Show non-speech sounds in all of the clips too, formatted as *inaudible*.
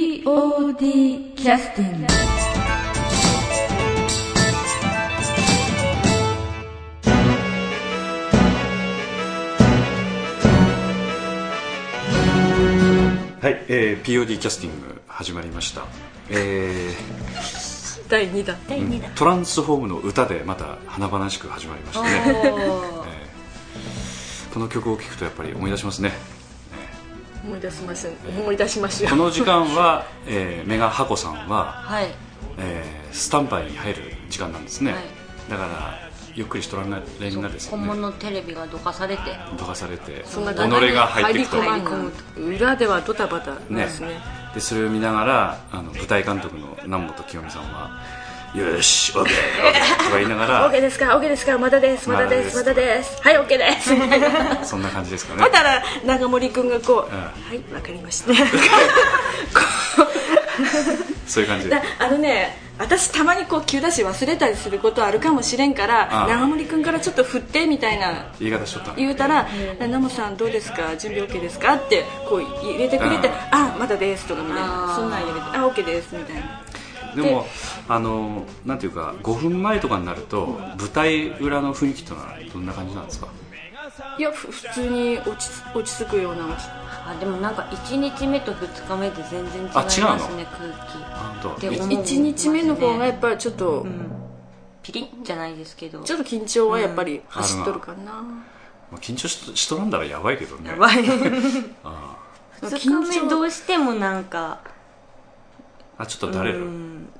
POD キャスティングはい、えー POD キャスティング始まりました、え第2弾第2弾ー、トランスフォームの歌でまた華々しく始まりましたね、えーこの曲を聴くとやっぱり思い出しますね思い出しません思い出しましょこうの時間は、えーメガハコさんは、はいえースタンバイに入る時間なんですね、はいだからゆっくりしとらんがれんがです本ね物テレビがどかされてどかされて己そんな感じでが入ってくと入り込むと裏ではドタバタねですねでそれを見ながらあの舞台監督の南本清美さんは「よし OK と *laughs* か言いなが OK らですか OK ですかまだですまだですまだですはい OK ですみたいなそんな感じですかねだから長森君がこう「んはいわかりました」 *laughs* こそういう感じうでだあのね私たまにこう急だし忘れたりすることあるかもしれんからあ長森君からちょっと振ってみたいな言い方しとったね言うたら「ナモさんどうですか準備 OK ですか?」ってこう入れてくれてうん「あまだです」とかみたいあーなそんなん入れて「あ OK です」みたいでなもあのなんていうか5分前とかになると舞台裏の雰囲気というのはどんな感じなんですかいやふ普通に落ち落ち着くようなあでもなんか1日目と2日目で全然違いあま違すうのね空あ本当でも1日目の方がやっぱりちょっと、気、うん、ピリッじゃないですけどちょっと緊張はやっぱり走っとるかな、まあ緊張ししとらんだらやばいけどねやばい緊2日目ど張うしてもなんかあちょっとだれる、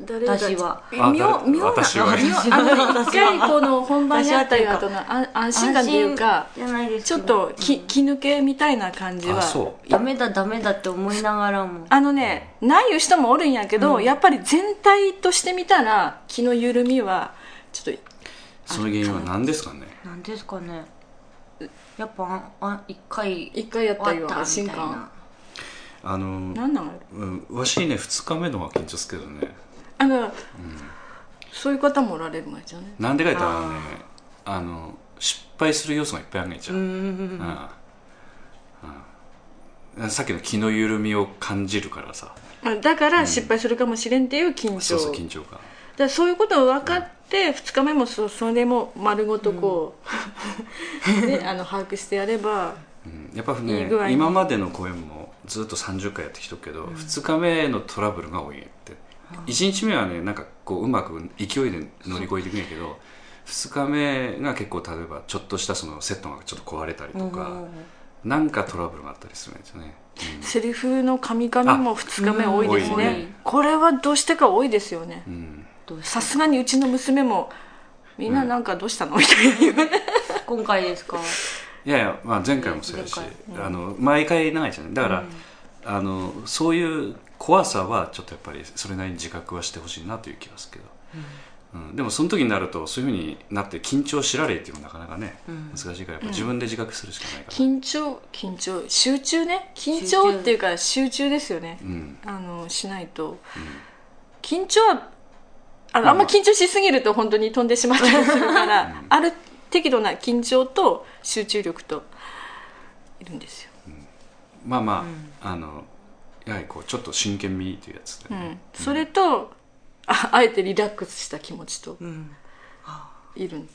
誰だ私は妙あ誰妙な私は妙あの一回 *laughs* この本番にあったり私は後の安安心感っていうか安心じゃないですけちょどっとき気抜けみたいな感じはあそダメだダメだって思いながらもあのね、ないいう人もおるんやけど、やっぱり全体として見たら、気の緩みは、ちょっうその原因は何ですかねなんですかねやっぱああ一回一回やったよ終わった安心みたい感なあと、のなんなのうん、わしね2日目の方が緊張するけどねあの、そういう方もおられるもんじゃね。なんでか言ったらねあの失敗する要素がいっぱいあるんやんちゃううんうんさっきの気の緩みを感じるからさあだから、失敗するかもしれんっていう緊張。そうそう緊張感だからそういうことを分かって、二日目もそそれも丸ごとこう、ね、あの把握してやれば、うんやっぱいいね具合に今までの公演もずっと30回やってきとくけど、2日目のトラブルが多いんやって1日目はねなんかこううまく勢いで乗り越えていくんやけど2日目が結構例えばちょっとしたそのセットがちょっと壊れたりとか、なんかトラブルがあったりするんですよね、セリフの噛み噛みも二日目多いですうん多いねね。これはどうしてか多いですよね。うんうんどう *laughs* したさすがにうちの娘もみんななんかどうしたの、みたいな言われて今回ですかいやいや、まあ、前回もそうやし前、あの毎回長いじゃないだから、あのそういう怖さはちょっとやっぱりそれなりに自覚はしてほしいなという気がするけど、うんでもその時になるとそういうふうになって緊張しられっていうのはなかなかね、うん難しいからやっぱ自分で自覚するしかないから、緊張緊張集中ね緊張っていうか集中ですよねうんあのしないと、緊張はあのあんま緊張しすぎると本当に飛んでしまったりするから、 *laughs* ある適度な緊張と集中力といるんですよ、まあまあ,、あのやはりこうちょっと真剣味というやつでうね、ん、それとああえてリラックスした気持ちとうんいるん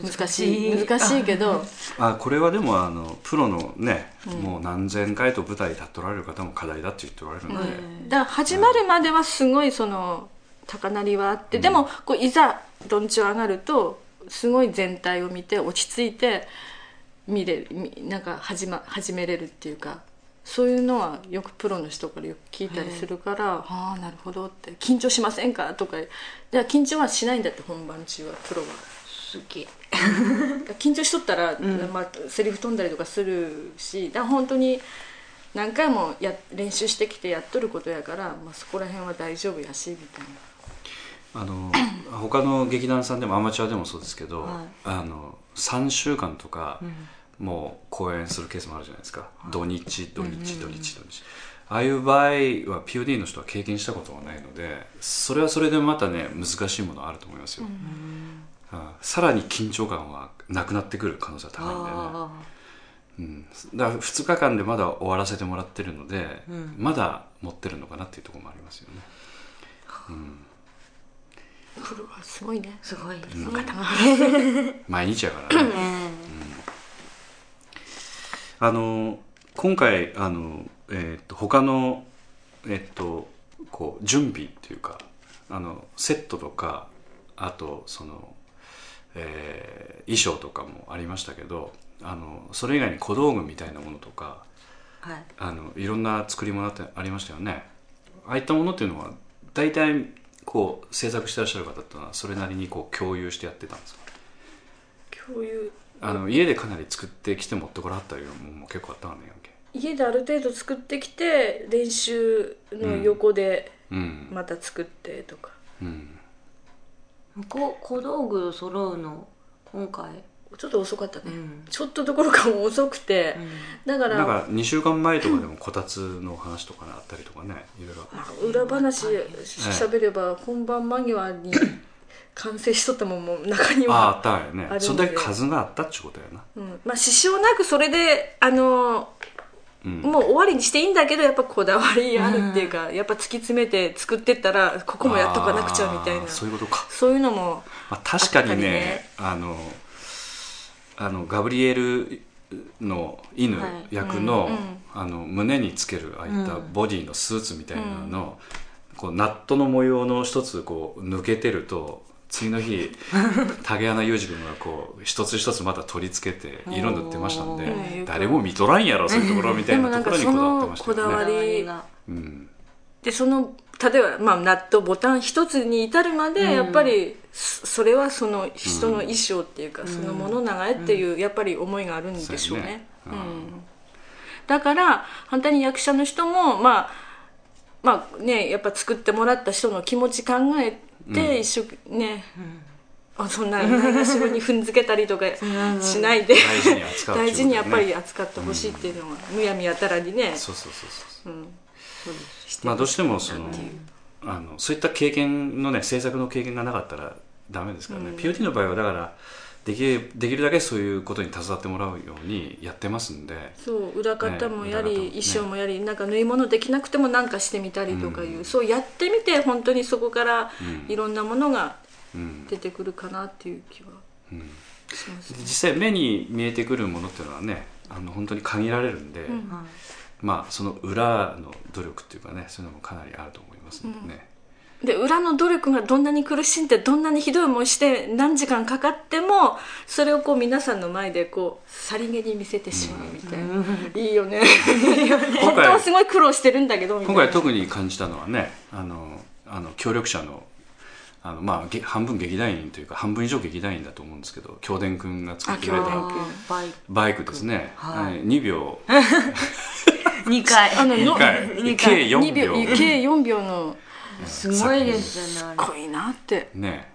難しい難しいけどあこれはでもあのプロのね、もう何千回と舞台立っとられる方も課題だって言っておられるので、だから始まるまではすごいその高鳴りはあって、でもこういざどんちょ上がるとすごい全体を見て落ち着いて見れるみなんか始,、ま、始めれるっていうかそういうのはよくプロの人からよく聞いたりするから「ああなるほど」って「緊張しませんか?」とか「じゃ緊張はしないんだ」って本番中はプロは。すげえ緊張しとったら、まあ、セリフ飛んだりとかするしだから本当に何回もや練習してきてやっとることやから、まあ、そこら辺は大丈夫やしみたいなあの *coughs* 他の劇団さんでもアマチュアでもそうですけど、はいあの3週間とか、もう公演するケースもあるじゃないですか、土日土日土日土日ああいう場合は POD の人は経験したことがないのでそれはそれでまたね難しいものあると思いますよ、あさらに緊張感はなくなってくる可能性は高いんだよねあうん、だから2日間でまだ終わらせてもらってるので、まだ持ってるのかなっていうところもありますよね。プロはすごいねすごいですそねの方が *laughs* 毎日やからね。あの今回あの、えーっと他の、えっとこう準備っていうかあのセットとかあとその、えー衣装とかもありましたけどあのそれ以外に小道具みたいなものとかはいあのいろんな作り物ってありましたよね。ああいったものっていうのは大体こう制作してらっしゃる方っていうのはそれなりにこう共有してやってたんですか共有あの家でかなり作ってきて持ってこらはったよもも結構あったわねやんけ家である程度作ってきて練習の横でうん、また作ってとか、うん、こ小道具揃うの今回ちょっと遅かったね、うんちょっとどころかもう遅くて、だからなんか2週間前とかでもこたつの話とかねあったりとかねいろいろまあ裏話喋れば本番間際に完成しとったもんも中にあああは、ったわよあるんねでそんだけ数があったっちゅうことやなうんまあ支障なくそれであのうんもう終わりにしていいんだけどやっぱこだわりあるっていうか、やっぱ突き詰めて作ってったらここもやっとかなくちゃみたいあーなそういうことか、そういうのもまあ、確かにねああのあのガブリエルの犬はい役の,、うんうんあの胸につけるああいったうんボディのスーツみたいなの、こうナットの模様の一つこう抜けてると次の *laughs* 日竹穴裕二君がこう一つ一つまた取り付けて色塗ってましたんでおー誰も見とらんやろそういうところみたいなでもなとんころかにこだわってましたそのこだよわね。りがうんでその例えば、まあ、ナットボタン一つに至るまで、うんやっぱりそそれはその人の衣装っていうか、そのもの長いっていう、やっぱり思いがあるんでしょうねそううやんねだから反対に役者の人もまあまあねやっぱ作ってもらった人の気持ち考えて、一緒ね、あそんなないがしろに踏んづけたりと *laughs* かしないで大事に扱うっていうことだよね大事にやっぱり扱ってほしいっていうのは、むやみやたらにね、そうそうそうそううん、そうですしてまあ、どうしてもほしそいなのっていうあのそういった経験のね制作の経験がなかったらダメですからね、うん POD の場合はだからできるできるだけそういうことに携わってもらうようにやってますんでそう裏方もやり、ね裏方もね衣装もやりなんか縫い物できなくてもなんかしてみたりとかいう、うんそうやってみて本当にそこからうんいろんなものがうん出てくるかなっていう気はうんでします、実際目に見えてくるものっていうのはねあの本当に限られるんで、うんはいまあその裏の努力っていうかねそういうのもかなりあると思いますんでね、で裏の努力がどんなに苦しんでどんなにひどい思いして何時間かかってもそれをこう皆さんの前でこうさりげに見せてしまうみたいな、いい *laughs* よね本当はすごい苦労してるんだけどみたい今な回特に感じたのはねあのあの協力者のあの、まあ、げ半分劇団員というか半分以上劇団員だと思うんですけど京伝くんが作ってくれあ京た電あーバイバイクですね、はいはい、2秒二回あの2回二回計4 2秒秒計4秒のすごいですよねあれ濃いなってね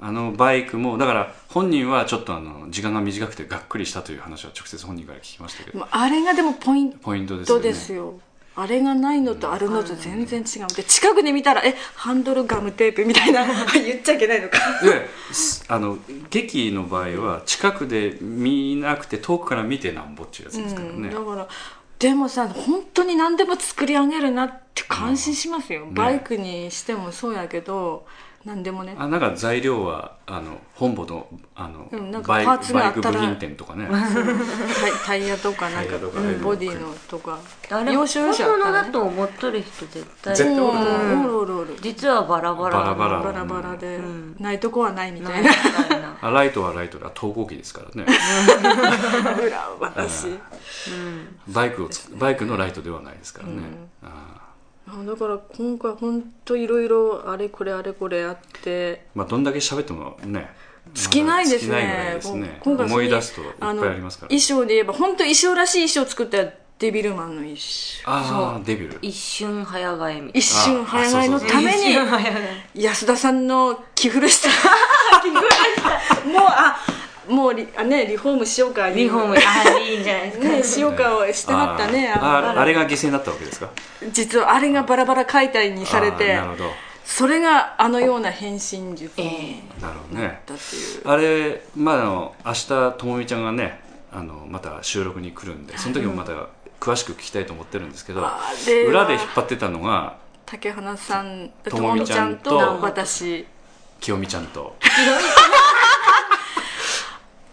あのバイクもだから本人はちょっとあの時間が短くてがっくりしたという話は直接本人から聞きましたけどまああれがでもポインポイントですよトねですよあれがないのとあるのと全然違うで近くで見たらえハンドルガムテープみたいな *laughs* 言っちゃいけないのかですあの劇の場合は近くで見なくて遠くから見てなんぼっちゅうやつですからうんね、だからでもさ本当に何でも作り上げるなって感心しますよ、ねバイクにしてもそうやけど何でもねあなんか材料はあの本部のあの、うんなんかバイパーツがバあイっクた部ら品店とかねタイタイヤとかなタんイかヤとかうんねボディのとかあれ要所要所本あった物らだねと思っとる人絶対絶対うん思おうと思うるおるおる実はバラバラのバラバラバラで、うんないとこはないみたない *laughs* んなかみたいなあライトはライトであ投光器です *laughs* からね裏話、うんバイクをつバイクのライトではないですからね、あーあだから今回本当いろいろあれこれあれこれあってまあ、どんだけ喋ってもね尽きないですまだ尽きないぐらいねですねこ今回思い出すといっぱいありますからあの衣装で言えば本当衣装らしい衣装作ったらデビルマンの衣装ああデビル一瞬早替えみたい一瞬早替えのためな一に瞬早替え安田さんの着古した *laughs* もうあもうリあ、ね、リフォームしようかリフォームあいいんじゃないですかね、しようかをしてはったねあーあーあれがが犠牲になったわけですか実はあれがバラバラ解体にされてあーなるほどそれがあのような変身術えになるほどなっねたっていう、あれまああの明日ともみちゃんがねあのまた収録に来るんでその時もまた詳しく聞きたいと思ってるんですけどあれは裏で引っ張ってたのが竹花さんととももみみちちゃゃんんとと私清美ちゃんと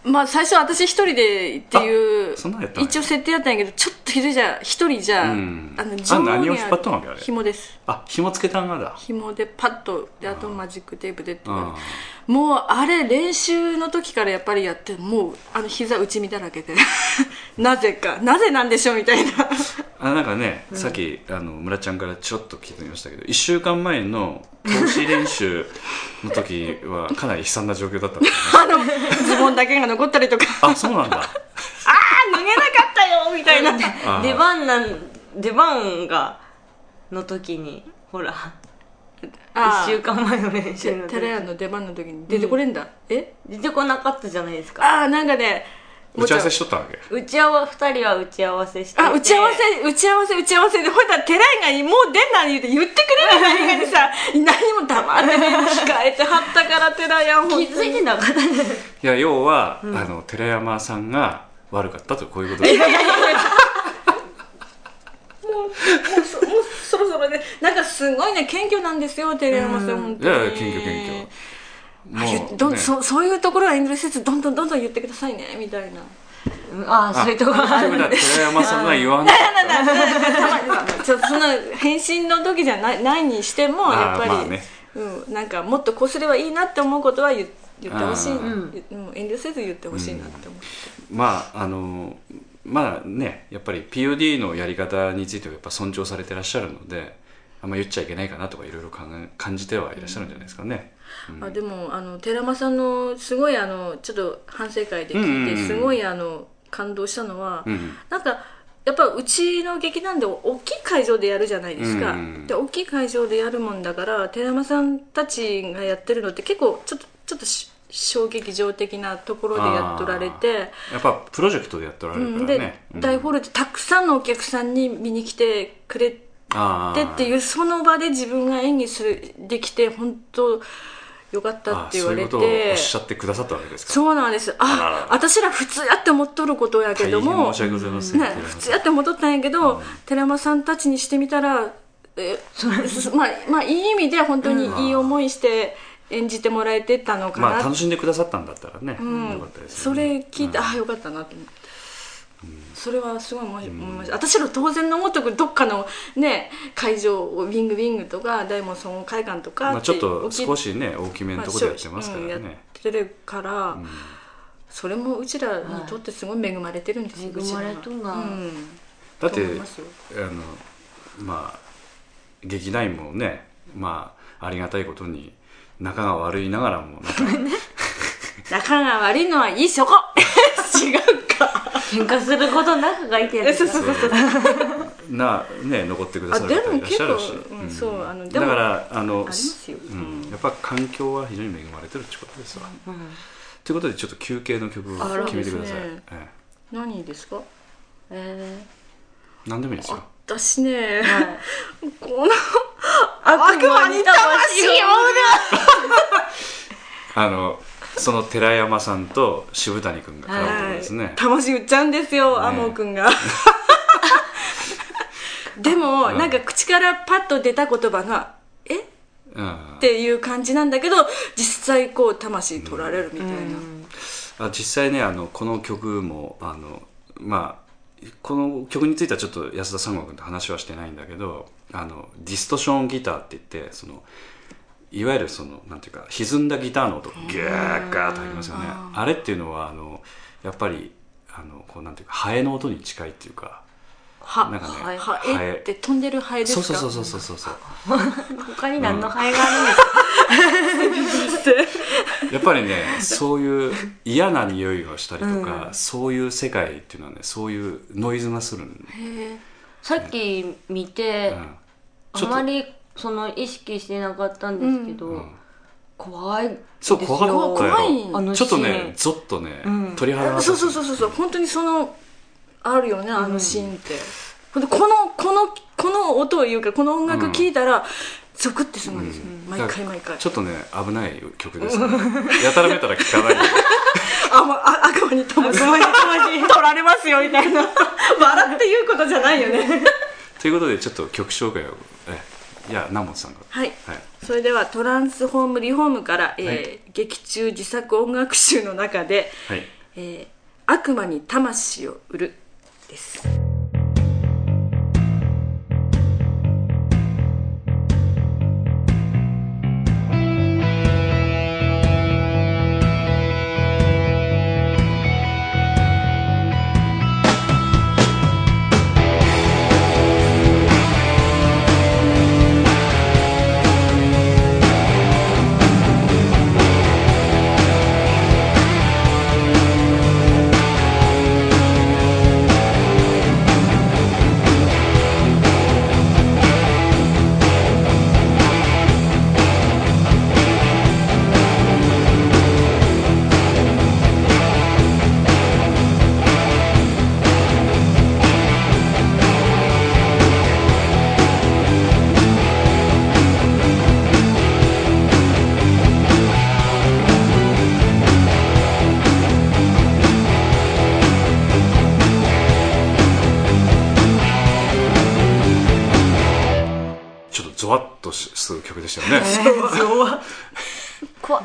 まあ最初私一人でっていうあそんなんやったんや一応設定やったんやけどちょっとひどいじゃ一人じゃ、うんあのあ何をあ引っる張ったのあれ紐ですあ紐つけたんがだ紐でパッとであとマジックテープでってうんもうあれ練習の時からやっぱりやってもうあの膝内身だらけで *laughs* なぜかなぜなんでしょうみたいな *laughs* あなんかね、さっきあの村ちゃんからちょっと聞いてみましたけど1週間前の投資練習の時はかなり悲惨な状況だったんですね *laughs* あのズボンだけが残ったりとかあそうなんだああ脱げなかったよみたいな *laughs* あー出番なん出番がの時にほら1あー週間前の練習の時テレアの出番の時に出てこれんだ、え出てこなかったじゃないですかああなんかね打ち合わせしとったわけ打ち合わせ2人は打ち合わせしててあ、打ち合わせ、打ち合わせ、打ち合わせで、ほいだら、寺井がもう出んなに言って、言ってくれない何がでさ、何も黙ってね、控えてはったから、寺井やん、ほん気づいてなかったんですいや要は、あの寺山さんが悪かったとこういうことです *laughs* もうそもうそろそろね、なんかすごいね、謙虚なんですよ、寺山さん、本い当に。やいや謙虚謙虚あゆどんねそそういうところは遠慮せずどんどんどんどん言ってくださいねみたいなああそういうとこがあといるうことは寺山さんが言わないちょっとそんな返信の時じゃないないにしてもやっぱり、あーまあねうん、なんかもっとこうすればいいなって思うことは言言ってほしい、あー言うん、遠慮せず言ってほしいなって思って。まああのまあねやっぱり POD のやり方についてはやっぱ尊重されてらっしゃるのであんま言っちゃいけないかなとかいろいろ考え感じてはいらっしゃるんじゃないですかね、うんあでもあの寺間さんのすごいあのちょっと反省会で聞いて、うんうんうんすごいあの感動したのは、うんなんかやっぱうちの劇団で大きい会場でやるじゃないですか、うんうんで大きい会場でやるもんだから寺間さんたちがやってるのって結構ちょっとちょっとし小劇場的なところでやっとられて。やっぱプロジェクトでやっておられるうかん、らで、ね、うん大ホールでたくさんのお客さんに見に来てくれてあでーっていうその場で自分が演技するできて本当よかったって言われあーそういうことをおてっしゃってくださったわけですかそうなんですあららあ私ら普通やって思っとることやけ大ども変申し訳ございません、ね *laughs* 普通やって思っとったんやけど、寺間さんたちにしてみたらえ *laughs* すまあ、まあ、いい意味で本当にいい思いして演じてもらえてたのかまあな、楽しんでくださったんだったらね、うんよかったですそよねれ聞いて、うんああよかったなと思って、それはすごい思い思いました、私ら当然のごとくどっかのね会場をウィングウィングとか大門総合会館とかまあ、ちょっと大きい少しね大きめのところでやってますからね、うんやってるから、それもうちらにとってすごい恵まれてるんですよ、はいうちらは恵まれとんなうんだってと思いますよあのまあ劇団員もねまあありがたいことに仲が悪いながらもなんか仲が悪いのはいいそこ *laughs* 違うか喧嘩することなくがいてやつそうですそうかそうそうそうなね残ってくださる方いらっしゃるしあでも結構うんそうあのでだもからあのありますようんやっぱ環境は非常に恵まれてるってことですわ、んということでちょっと休憩の曲をあら決めてください、そうですねえ何ですかええ何でもいいですよ私ね、ーはいこの悪魔に魂をあのその寺山さんと渋谷君が絡むところですね、魂売っちゃうんですよ、アモくんが *laughs* でも、うんなんか口からパッと出た言葉が「えっ?」うんていう感じなんだけど実際こう魂取られるみたいな、あ実際ねあのこの曲もあのまあこの曲についてはちょっと安田三郷君と話はしてないんだけどあのディストションギターって言ってそのいわゆるそのなんていうか歪んだギターの音がギューッガーッと入りますよねああれっていうのはあのやっぱりあのこうなんていうかハエの音に近いっていうかはなんかねはハはエえって飛んでるハエですそうかそうそうそうそうそうそう他に何のハエがあるんですか、やっぱ *laughs* りねそういう嫌な匂いをしたりとか、そういう世界っていうのはねそういうノイズがするんで、へえさっき見うて、んあまりその意識してなかったんですけど、うん怖いですよそう怖かったよ怖いあのちょっとシねーンゾッとね、うん鳥肌が立つそうそうそうそうそう本当にそのあるよねあのシーンって、ほんでこのこのこの音をいうかこの音楽聴いたら、ゾクってすごいですよね、うん毎回毎回ちょっとね危ない曲ですね *laughs* やたらめたら聴かないであ、まあ、 *laughs* 悪魔に友達悪魔に友取られますよみたいな笑って言うことじゃないよね *laughs* ということでちょっと曲紹介をえいや南本さんがはいはいそれではトランスホームリフォームから、えーはい劇中自作音楽集の中ではい「えー悪魔に魂を売る」ですちょっとゾワッとしする曲でしたよね、怖っ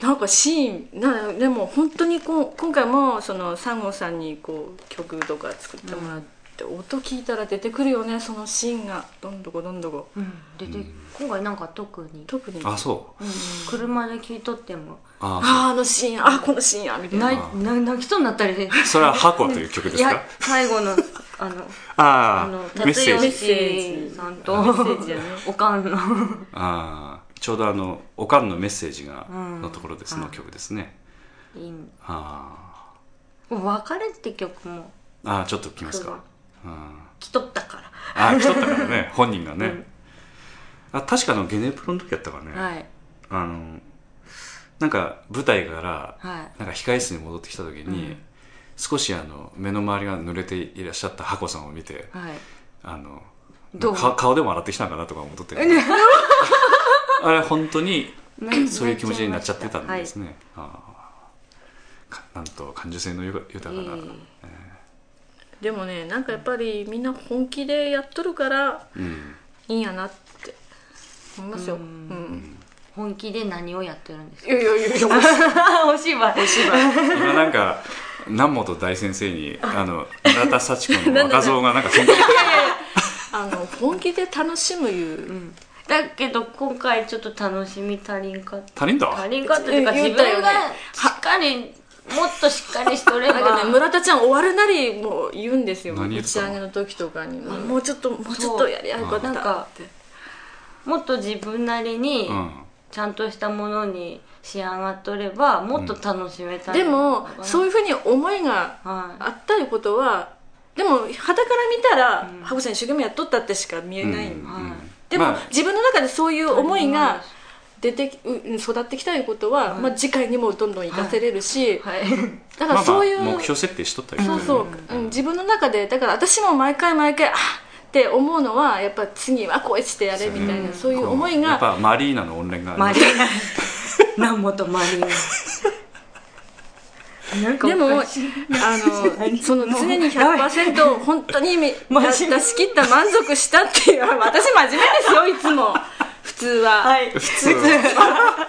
なんかシーンなでも本当にこう今回もそのサンゴさんにこう曲とか作ってもらって、音聞いたら出てくるよねそのシーンがどんどこどんどこうん、出て今回なんか特に、特にあそううん、車で聞いとってもあそうあああのシーンあこのシーンやみたいな泣いな泣きそうになったりでそれは「箱」という曲いですやか最後のあのああのあメッ達セージ吉さんとメッセージだねおかんのああちょうどあのおかんのメッセージがうんのところでその曲ですね、いいのあもう別れって曲もあああちょっと来ますか、うん、来とったかああ来とったからね *laughs* 本人がね、うんあ確かあのゲネプロの時やったからね、らはいあのなんか舞台からはいなんか控室に戻ってきた時うに、ん少しあの目の周りが濡れていらっしゃったハコさんを見てはいあのどうか顔でも洗ってきたんかなとか思ってて *laughs* あれ本当にそういう気持ちになっちゃってたんですね、ああかなんと感受性のゆが豊かな、いいでもねなんかやっぱりみんな本気でやっとるからうん、いいんやなって思いますよ、ううんん本気で何をやってるんですいかやいやいやいや *laughs* お芝居お芝今なんか南本大先生にあの村田幸 *laughs* 子の若造がなんかそんなことあの本気で楽しむいう、うんだけど今回ちょっと楽しみ足りんかった他人足だりんかったというか言自言ったよね分がしっかりもっとしっかりしとれだけどばね、村田ちゃん終わるなりもう言うんですよ何言打ってちたの上げの時とかに、もうちょっともうちょっとやりゃよかったそうなんかってもっと自分なりにうんちゃんとしたものに仕上がっとればもっと楽しめたでもそういいうふうに思いがうはあったいうことはでもはたから見たら、うんハコさん一生懸命やっとったってしか見えない、うんはいでも、まあ自分の中でそういいう思いが出てきううん育ってきたいうことは、はいまあ、次回にもどんどん活かせれるし、はいだからそういう、まあまあ、目標設定しとったりそうそう、うん自分の中でだから私も毎回毎回あって思うのはやっぱ次はこうしてやれみたいな、うんそういう思いやっがぱマリーナの怨念があるマリー *laughs* ナ南本マリーナなんかでもおあかしい *laughs* のその常に100%本当にみ真面目出し出し切った満足したっていう私真面目ですよいつ *laughs* も普通は、はい普通は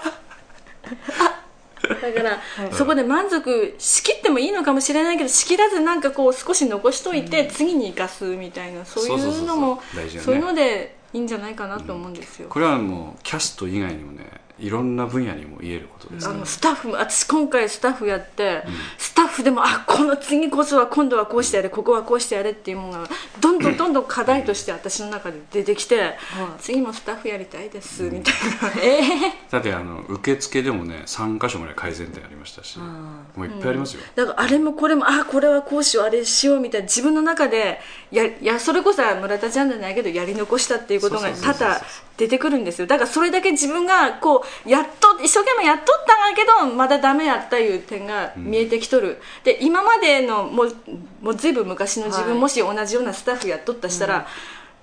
だから、そこで満足しきってもいいのかもしれないけどしきらずなんかこう少し残しといて、次に生かすみたいなそうそうそういそううのそうも大事よねそういうのでいいんじゃないかなと思うんですよ、これはもうキャスト以外にもねいろんな分野にも言えることです、あのスタッフも私今回スタッフやって、スタッフでもあこの次こそは今度はこうしてやれここはこうしてやれっていうものがどんどんどんどん課題として私の中で出てきて、次もスタッフやりたいです、みたいなええだってあの受付でもね3箇所ぐらい改善点ありましたし、んもういっぱいありますよ、だからあれもこれもあこれはこうしようあれしようみたいな自分の中でややそれこそは村田ちゃんじゃないけどやり残したっていうことがそうそうそう多そう々出てくるんですよだからそれだけ自分がこうやっと一生懸命やっとったんだけどまだダメやったいう点が見えてきとる、で今までのもうもうずいぶん昔の自分、はいもし同じようなスタッフやっとったしたら、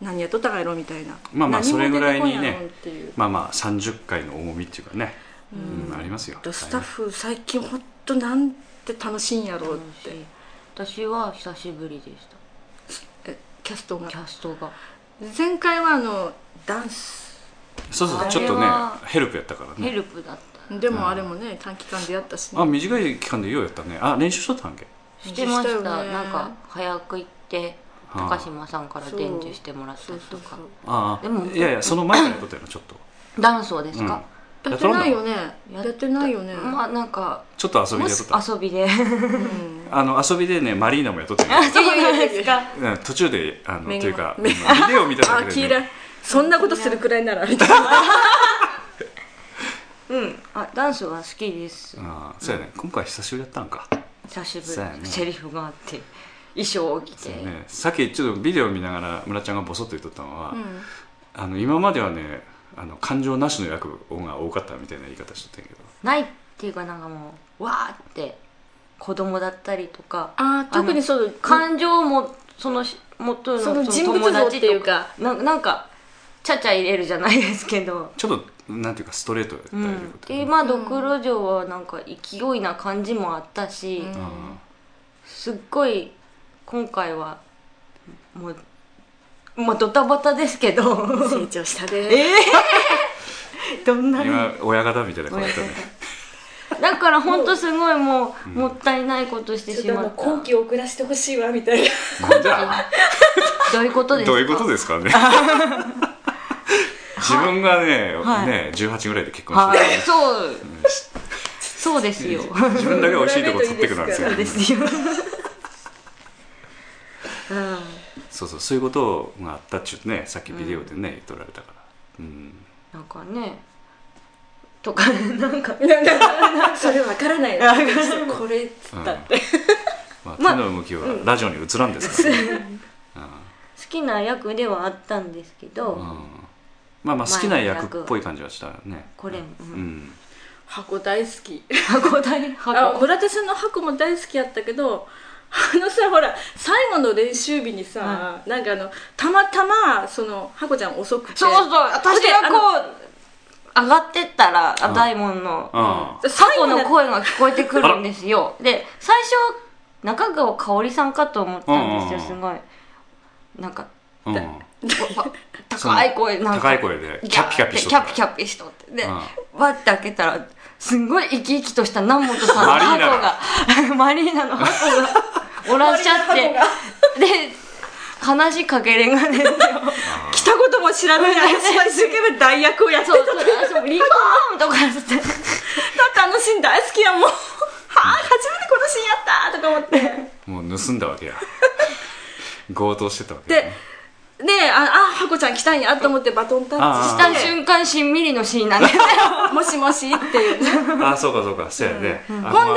何やっとったかやろみたいなまあまあ何もそれぐらいにね出てこんやろっていうまあまあ30回の重みっていうかね、うんありますよとスタッフ最近ほんとなんて楽しいんやろうっ楽てしい私は久しぶりでしたえキャストがキャストが前回はあのダンスそうそうあれはちょっとねヘルプやったからヘねルプだったでもあれもね、短期間でやったしねあ短い期間でようやったねあ練習しとったんけしてましたよねなんか早く行ってはあ高島さんから伝授してもらったそうりそとうそかうああでもいやいやその前からやっとったよなちょっとダンスをですか、やってないよねやってないよね、まあなんかちょっと遊びでやっとった遊びでうんあの遊びでねマリーナもやっとったよそうなんですかうん途中であのと目がいうかビデオ見ただあけ黄で、色いね、そんなことするくらいならみたいなうんあダンスは好きですああそうやね今回久しぶりやったんか久しぶそうやり、ねセリフがあって衣装を着て、ねさっきちょっとビデオ見ながら村ちゃんがボソッと言っとったのは、うんあの今まではねあの感情なしの役が多かったみたいな言い方しとったんやけどないっていうかなんかもうわーって子供だったりとかあー特にそう感情もそのし元のそそのの人物像っていうか友達とななんかちゃちゃ入れるじゃないですけどちょっとなんていうかストレートやったうりとん、か、でまあドクロ城はなんか勢いな感じもあったし、うんすっごい今回はもうまあドタバタですけど *laughs* 成長したでえどんなに今親方みたいな顔やったねだから本当すごいもうもったいないことしてしちょっまとあのった後期遅らしてほしいわみたいななんじゃあどういうことですかどういうことですか *laughs* ね自分がね,、はいね18ぐらいで結婚しはて、いそうそうですよ自分だけ美味しいとこ取ってくなんですよそうです *laughs* ようんそうそうそういうことがあったっちゅうねさっきビデオでね、言っとられたから、うん、なんかねとか *laughs* なんかそれわからないなこれっつったって、 *laughs* まあ、手の向きはラジオに映らんですからね、好きな役ではあったんですけど、うんうんまあまあ好きな役っぽい感じはしたよねこれ、ううん、ん箱大好き箱だねあ箱村田さんの箱も大好きやったけどあのさほら最後の練習日にさ、はなんかあのたまたまその箱ちゃん遅くてそうそう私がこう上がってったらあうん大門のあで最最後後のの声が聞こえてくるんですよで最初中川香織さんかと思ったんですようすごいなん *laughs* かあ、うんわわ高い声なんか高い声でキャピキャピしキとったャピキャピしとってでうんわって開けたらすんごい生き生きとした南本さんのマリー箱が *laughs* マリーナの箱 *laughs* がおらっしゃってマリーナので話しかけれんが *laughs* ねんですよ来たことも知ら *laughs* ない私は一生懸命代役をやってたそうそう私もリボーンとかつってだ *laughs* ってあのシーン大好きやもんはあ初めてこのシーンやったとか思ってもう盗んだわ *laughs* けや強盗してたわけやででああ箱ちゃん来たんやと思ってバトンタッチししたた瞬間しんみりのシーンなんですよもしもしっていうねああそうかそうかそうやね、あほんでまあ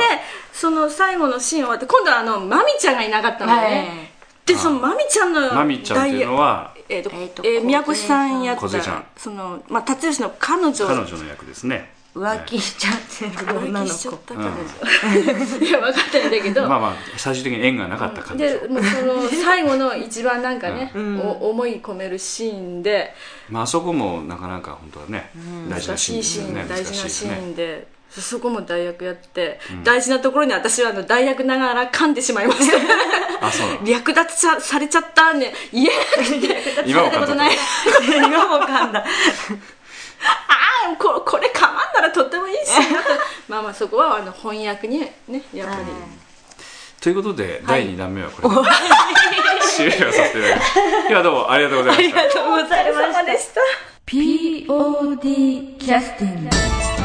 その最後のシーン終わって今度はあのマミちゃんがいなかったのね、はいでそのマミちゃんのマミちゃんっていうのはえーとえーとえー宮越さんやっ小杉ちゃたんその、まあ、辰吉の彼女彼女の役ですね浮気しちゃってる女の浮気 *laughs* しちゃっ子たう彼ん女、いや分かってないん *laughs* だけど、まあまあ最終的に縁がなかった感じ、でもうその最後の一番なんか *laughs* ね、んお思い込めるシーンでまああそこもなかなか本当はね、大事難なシーンでしいシすよーン、ね大事なシ難しいですーねンでそこも代役やって、大事なところに私はあの代役ながら噛んでしまいましたあそうなの *laughs* 略奪さされちゃったね *laughs* 言えなくて今も噛んだ言えたことない今も噛んだああここれかまんならとって *laughs* もいいしまあまあそこはあの翻訳にねやっぱり、ということで、第2弾目はこれで *laughs* 終了させていただきます今日はどうもありがとうございましたありがとうございましたでした POD キャスティング